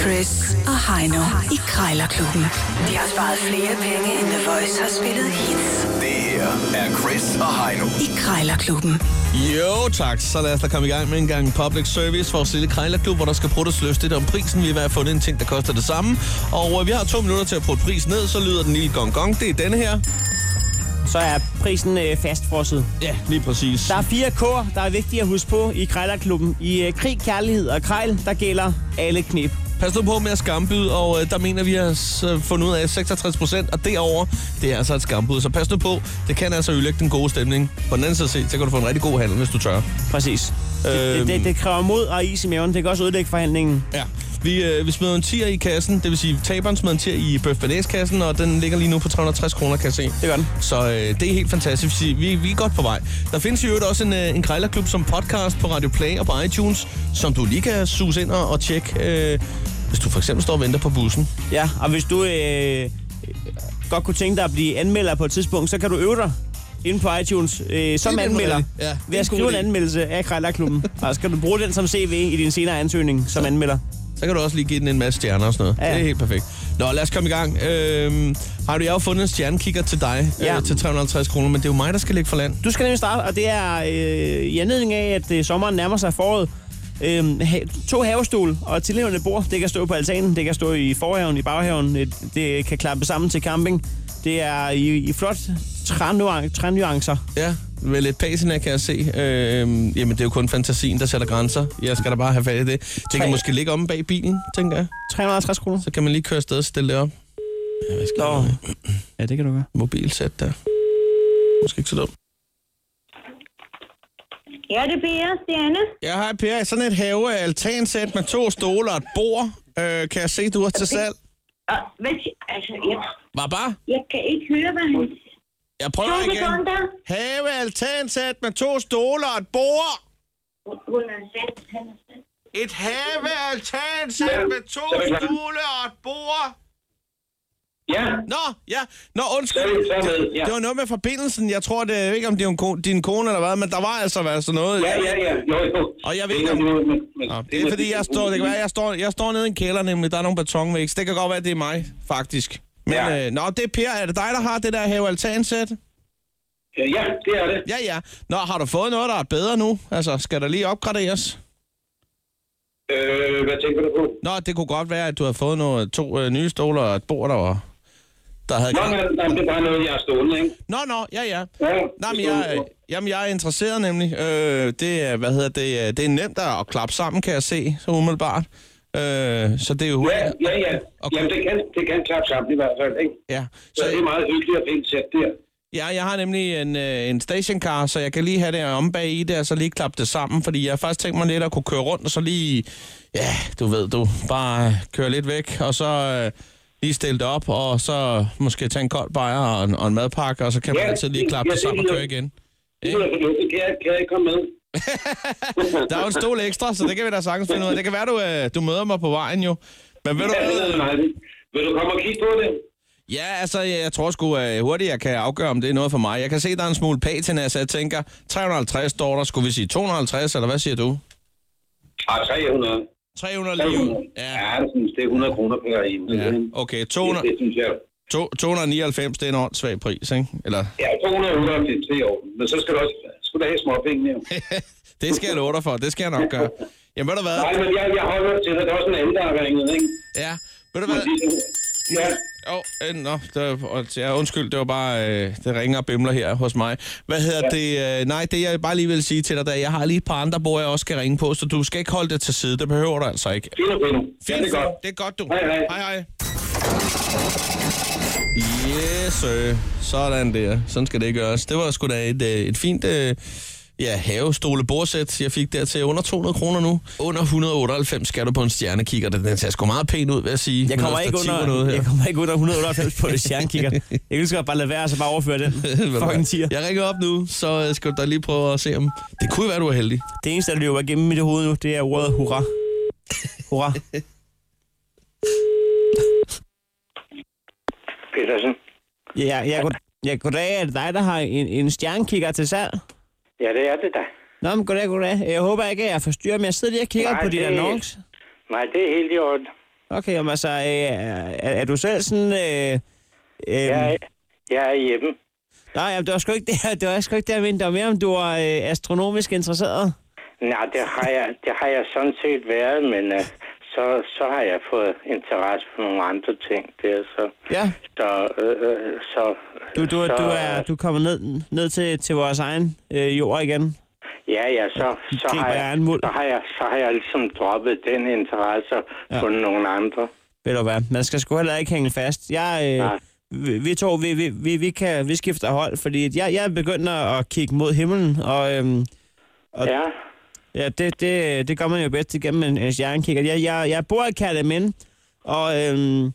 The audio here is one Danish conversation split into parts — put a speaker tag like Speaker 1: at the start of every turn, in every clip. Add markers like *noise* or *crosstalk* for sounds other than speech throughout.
Speaker 1: Chris og Heino i Krejlerklubben. De har sparet flere penge, end The Voice har spillet hits
Speaker 2: Det her er Chris og Heino.
Speaker 1: i Krejlerklubben.
Speaker 3: Jo tak, så lad os da komme i gang med en gang public service. Vores lille krejlerklub, hvor der skal pruttes løs lidt om prisen. Vi har i hvert fald fundet en ting, der koster det samme. Og øh, vi har to minutter til at prutte prisen ned, så lyder den lille gong gong. Det er denne her.
Speaker 4: så er prisen øh, fastfrosset.
Speaker 3: Ja, lige præcis.
Speaker 4: Der er fire K'er, der er vigtige at huske på i Krejlerklubben. I øh, krig, kærlighed og krejl, der gælder alle knep.
Speaker 3: Pas nu på med at skambyde, og øh, der mener vi har øh, fundet ud af at 66 procent, og derover det er altså et skambud. Så pas nu på, det kan altså ødelægge den gode stemning. På den anden side set, så kan du få en rigtig god handel, hvis du tør.
Speaker 4: Præcis. Øhm. Det, det, det kræver mod og is i maven. Det kan også ødelægge forhandlingen.
Speaker 3: Ja. Vi, øh, vi smider en tier i kassen, det vil sige taberen smider en tier i bøf kassen og den ligger lige nu på 360 kroner, kan jeg se.
Speaker 4: Det gør den.
Speaker 3: Så øh, det er helt fantastisk. Vi, vi, vi er godt på vej. Der findes i øvrigt også en, øh, en krejlerklub som podcast på Radio Play og på iTunes, som du lige kan suse ind og, og tjekke, øh, hvis du for eksempel står og venter på bussen.
Speaker 4: Ja, og hvis du øh, øh, godt kunne tænke dig at blive anmelder på et tidspunkt, så kan du øve dig inde på iTunes øh, som
Speaker 3: nemlig
Speaker 4: anmelder
Speaker 3: rigtigt. Ja, det er
Speaker 4: ved
Speaker 3: en
Speaker 4: at skrive
Speaker 3: god
Speaker 4: en
Speaker 3: idé.
Speaker 4: anmeldelse
Speaker 3: *laughs*
Speaker 4: af Krejlerklubben. og så kan du bruge den som CV i din senere ansøgning som anmelder.
Speaker 3: Så kan du også lige give den en masse stjerner og sådan noget.
Speaker 4: Ja, ja.
Speaker 3: Det er helt perfekt. Nå, lad os komme i gang. Øh, har du jeg har jo fundet en stjernekikker til dig ja.
Speaker 4: Ja.
Speaker 3: øh, til 350 kroner, men det er jo mig, der skal ligge for land.
Speaker 4: Du skal nemlig starte, og det er øh, i anledning af, at øh, sommeren nærmer sig foråret. Øhm, ha- to havestol og tilhævende bord. Det kan stå på altanen, det kan stå i forhaven, i baghaven. øh, Det kan klappe sammen til camping. Det er i, i flot trænuan- trænuancer.
Speaker 3: Ja, med lidt patina kan jeg se. Øh, jamen, det er jo kun fantasien, der sætter grænser. Jeg skal da bare have fat i det. Det kan
Speaker 4: Tre.
Speaker 3: måske ligge om bag bilen, tænker jeg.
Speaker 4: 350 kroner.
Speaker 3: Så kan man lige køre afsted og stille det op. Ja, hvad skal
Speaker 4: Nå.
Speaker 3: jeg med?
Speaker 4: Ja, det kan du gøre.
Speaker 3: Mobilsæt der. Måske ikke så dumt.
Speaker 5: Ja, det bliver jeg, Stjerne.
Speaker 3: Ja, hej Per. Sådan et have altansæt med to stole og et bord. Øh, kan jeg se, du har til salg?
Speaker 5: Og, hvad, si- altså, jeg,
Speaker 3: Var bare.
Speaker 5: jeg kan ikke høre, hvad han...
Speaker 3: Jeg
Speaker 5: To
Speaker 3: prøver igen.
Speaker 5: sekunder.
Speaker 3: Have altansæt med to stole og et bord.
Speaker 5: Hun- Hun er sat. Han er sat.
Speaker 3: Et have altansæt med to stole og et bord.
Speaker 6: Ja,
Speaker 3: Nå, ja. Nå,
Speaker 6: så er
Speaker 3: undskyld.
Speaker 6: vi så med. Ja,
Speaker 3: Det var noget med forbindelsen. Jeg tror, det jeg ved ikke, om det er en ko- din kone eller hvad, men der var altså hvad, sådan noget.
Speaker 6: ja, ja. ja. Jo, jo.
Speaker 3: Og jeg ved
Speaker 6: Det
Speaker 3: ikke,
Speaker 6: er
Speaker 3: om-
Speaker 6: noget med- med-
Speaker 3: Nå, det er fordi, jeg står, det kan være, jeg står, jeg står nede i en kælder nemlig, der er nogle betonvæg. så Det kan godt være, det er mig, faktisk. Men, ja.
Speaker 6: Ja.
Speaker 3: øh, nå, det er Per. Er det dig, der har det der have altansæt?
Speaker 6: Øh, Ja, det er det.
Speaker 3: Ja, ja. Nå, har du fået noget, der er bedre nu? Altså, skal der lige opgraderes?
Speaker 6: Øh, hvad tænker du på?
Speaker 3: Nå, det kunne godt være, at du har fået noget, to øh, nye stoler og et bord, der var... Der havde
Speaker 6: Nå, men, nej, det er bare noget, jeg har stående, ikke?
Speaker 3: nå, nå, ja, ja.
Speaker 6: Ja,
Speaker 3: Nej, men jeg, øh, jamen, jeg er interesseret nemlig. Øh, det, er, hvad hedder det, øh, det er nemt at at klappe sammen, kan jeg se, så umiddelbart. Øh, så det er jo...
Speaker 6: Ja, ja, ja.
Speaker 3: Okay.
Speaker 6: Jamen, det kan, det kan klappe sammen i hvert fald, ikke?
Speaker 3: ja.
Speaker 6: Så det er meget hyggeligt at finde sæt der.
Speaker 3: Ja, jeg har nemlig en, øh, en stationcar, så jeg kan lige have det om bag i det, og så lige klappe det sammen, fordi jeg har faktisk tænkt mig lidt at kunne køre rundt, og så lige, ja, du ved, du bare øh, køre lidt væk, og så øh, lige stille det op, og så måske tage en kold bajer og en, og en madpakke, og så kan man
Speaker 6: Ja,
Speaker 3: altid lige
Speaker 6: det-
Speaker 3: klappe
Speaker 6: ja,
Speaker 3: det
Speaker 6: det
Speaker 3: sammen og
Speaker 6: lyder-
Speaker 3: køre igen.
Speaker 6: Det er fornuftigt. Kan jeg, kan jeg komme med?
Speaker 3: Der er jo en stol ekstra, så det kan vi da sagtens finde ud af. Det kan være, du, øh, du møder mig på vejen jo. Men ved du
Speaker 6: Ja, det
Speaker 3: hvad?
Speaker 6: er dejligt. Vil du komme og kigge på det?
Speaker 3: Ja, altså, jeg, jeg tror sgu øh, hurtigt, jeg kan afgøre, om det er noget for mig. Jeg kan se, der er en smule patina, så jeg tænker, 350 står der, skulle vi sige 250, eller hvad siger du?
Speaker 6: Ah, 300.
Speaker 3: 300 lige ud.
Speaker 6: 300.
Speaker 3: Ja.
Speaker 6: Ja, det synes, det er 100 kroner per en.
Speaker 3: ja.
Speaker 6: ikke?
Speaker 3: Okay,
Speaker 6: Det,
Speaker 3: 200,
Speaker 6: det synes jeg.
Speaker 3: to, 299, det er en åndssvag pris, ikke? Eller, *laughs*
Speaker 6: Ja, 258 det er i orden. Men så skal du også skal du have småpenge, jo.
Speaker 3: det skal jeg love dig for, det skal jeg nok gøre. Jamen, ved du hvad?
Speaker 6: Nej, men jeg, jeg holder til dig. Der er også en anden, der har ringet, ikke?
Speaker 3: Ja, ved du hvad?
Speaker 6: Ja,
Speaker 3: Oh, øh, nå, det, var- ja, undskyld, det var bare, øh, det ringer og bimler her hos mig. Hvad hedder det? Øh, nej, det jeg bare lige vil sige til dig, der, jeg har lige et par andre, hvor jeg også skal ringe på, så du skal ikke holde det til side, det behøver du altså ikke.
Speaker 6: fint og fint. Ja, det er godt.
Speaker 3: Det er godt, du.
Speaker 6: Hej, hej.
Speaker 3: Hej, hej. Yes, sir. Sådan der. Sådan skal det gøres. Det var sgu da et, øh, et fint øh, ja, havestole bordsæt, jeg fik der til under 200 kroner nu. Under 198 skal du på en stjernekikker. Den den ser sgu meget pæn ud, vil jeg sige.
Speaker 4: Jeg
Speaker 3: Med
Speaker 4: kommer,
Speaker 3: noget
Speaker 4: ikke
Speaker 3: stativ og noget
Speaker 4: under,
Speaker 3: her.
Speaker 4: jeg kommer ikke under 198 på det stjernekikker. Jeg kan lige så godt bare lade være, og så bare overføre den
Speaker 3: *laughs* Ved du hvad?
Speaker 4: fucking tier.
Speaker 3: Jeg ringer op nu, så øh, skal du da lige prøve at se om... Det kunne være, du er heldig.
Speaker 4: Det eneste, der løber igennem mit hoved nu, det er ordet hurra. Hurra.
Speaker 7: Petersen.
Speaker 4: Ja, jeg, god, ja, goddag. Er det dig, der har en, en stjernekikker til salg?
Speaker 7: Ja, det er det da.
Speaker 4: Nå, men goddag, goddag. Jeg håber ikke, at jeg forstyrrer, men jeg sidder lige og kigger
Speaker 7: Nej,
Speaker 4: på din
Speaker 7: det-
Speaker 4: annonce.
Speaker 7: Nej, det er helt i orden.
Speaker 4: Okay, jamen altså, øh, er, er du selv sådan... Øh, øh,
Speaker 7: Jeg, er- jeg er hjemme.
Speaker 4: Nej, jamen, det var sgu ikke det, her- det var sgu ikke det, jeg mente. Det var mere, om du var øh, astronomisk interesseret.
Speaker 7: Nej, det har jeg, det har jeg sådan set været, men øh, så, så har jeg fået interesse for nogle andre ting der, så...
Speaker 4: Ja.
Speaker 7: Så, øh, øh, så,
Speaker 4: Du, du,
Speaker 7: så,
Speaker 4: du, er, du kommer ned, ned til, til vores egen øh, jord igen.
Speaker 7: Ja, ja, så, så,
Speaker 4: Griber
Speaker 7: har
Speaker 4: jeg
Speaker 7: jeg,
Speaker 4: en muld.
Speaker 7: så, har jeg, så har jeg ligesom droppet den interesse og
Speaker 4: Ja.
Speaker 7: fundet nogle andre.
Speaker 4: Ved du hvad, man skal sgu heller ikke hænge fast. Jeg, øh,
Speaker 7: Nej.
Speaker 4: vi, vi to, vi, vi, vi, vi, kan, vi skifter hold, fordi at jeg, jeg er begyndt at at kigge mod himlen, og øhm, Og-
Speaker 7: Ja,
Speaker 4: ja, det, det, det gør man jo bedst igennem en, en stjernekikker. Jeg, jeg, jeg bor i Kærteminde, og øhm,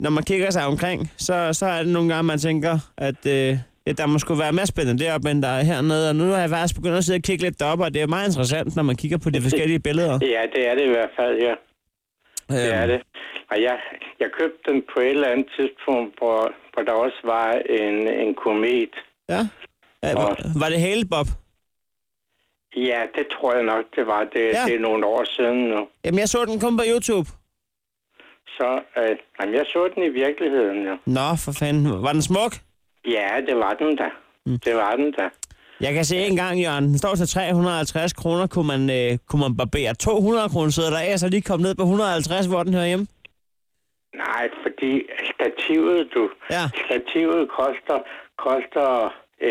Speaker 4: når man kigger sig omkring, så, så er det nogle gange, man tænker, at øh, ja, der må sgu være mere spændende deroppe, end der er hernede. Og nu har jeg faktisk begyndt at sidde og kigge lidt deroppe, og det er meget interessant, når man kigger på de forskellige billeder. Øhm,
Speaker 7: ja, det er det i hvert fald, ja. Det er det. Og jeg, jeg købte den på et eller andet tidspunkt, hvor, hvor der også var en, en komet.
Speaker 4: Ja. ja var, var det hele, Bob?
Speaker 7: Ja, det tror jeg nok, det var. Det,
Speaker 4: Ja.
Speaker 7: ja. det er nogle år siden nu.
Speaker 4: Jamen, jeg så den kun på YouTube.
Speaker 7: Så øh, jamen, jeg så den i virkeligheden, jo.
Speaker 4: Nå, for fanden. Var den smuk?
Speaker 7: Ja, det var den da.
Speaker 4: Mm.
Speaker 7: Det var den da.
Speaker 4: Jeg kan se en gang, Jørgen. Den står til 350 kroner. Kunne man, øh, kunne man barbere 200 kroner sæder der af, og så lige komme ned på 150, hvor den hører hjemme?
Speaker 7: Nej, fordi stativet, du.
Speaker 4: Ja.
Speaker 7: Stativet koster, koster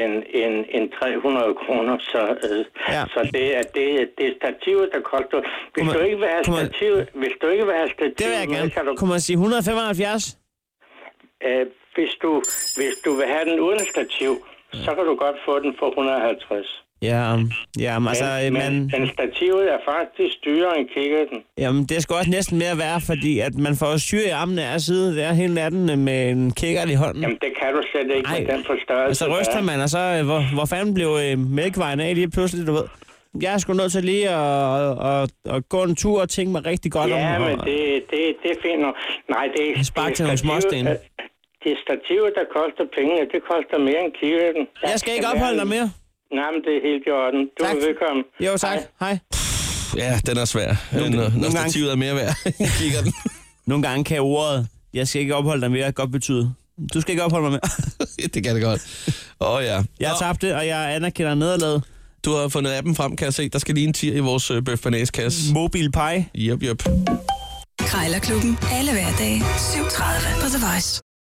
Speaker 7: en, en, en 300 kroner, så, øh,
Speaker 4: Ja.
Speaker 7: ja. så det, er, det, er- det er stativet, der koster. Hvis,
Speaker 4: Kunne man-
Speaker 7: du ikke vil have
Speaker 4: kunne man-
Speaker 7: stativet, hvis du ikke vil have stativet,
Speaker 4: Det vil jeg
Speaker 7: med, kan
Speaker 4: gerne.
Speaker 7: du
Speaker 4: Kunne man sige 175?
Speaker 7: Øh, hvis, du, hvis du vil have den uden stativ, så kan du godt få den for 150.
Speaker 4: Ja, ja, men altså, øh,
Speaker 7: men,
Speaker 4: man,
Speaker 7: men stativet er faktisk dyrere end kikkerten.
Speaker 4: jamen, det skal også næsten mere være, fordi at man får syre i armene af side der hele natten øh, med en kikkert i hånden.
Speaker 7: Jamen, det kan du slet ikke
Speaker 4: Ej,
Speaker 7: med den forstørrelse.
Speaker 4: Og så
Speaker 7: der er.
Speaker 4: ryster man, og så øh, hvor, hvor fanden blev øh, mælkevejen af lige pludselig, du ved. Jeg er sgu nødt til lige at, at, at, at gå en tur og tænke mig rigtig godt om.
Speaker 7: Ja,
Speaker 4: og-
Speaker 7: men det, det, det er fint. nok. Nej, det er...
Speaker 4: Spark
Speaker 7: det er
Speaker 4: til nogle
Speaker 7: stativet,
Speaker 4: småsten.
Speaker 7: øh, Det er stativet, der koster penge, og det koster mere end kikkerten. Der
Speaker 4: Jeg skal ikke
Speaker 7: være
Speaker 4: opholde dig
Speaker 7: en-
Speaker 4: mere.
Speaker 7: Nej, men det er helt i orden. Du
Speaker 4: Tak.
Speaker 7: er velkommen.
Speaker 4: Jo, tak. Hej.
Speaker 3: Ja, den er svær, nogle, når, når
Speaker 4: nogle gange-
Speaker 3: stativet er mere værd. *laughs* kigger den.
Speaker 4: Nogle gange kan ordet, jeg skal ikke opholde dig mere, godt betyde, du skal ikke opholde mig mere. *laughs*
Speaker 3: det kan det godt. Åh oh, ja.
Speaker 4: Jeg
Speaker 3: Nå,
Speaker 4: tabte, og jeg anerkender nederlaget.
Speaker 3: du har fundet appen frem, kan jeg se. Der skal lige en tier i vores øh, bøf kasse.
Speaker 4: Mobil Pie.
Speaker 3: Yep, yep.
Speaker 1: Krejlerklubben. Alle hverdage. 7.30 på The Voice.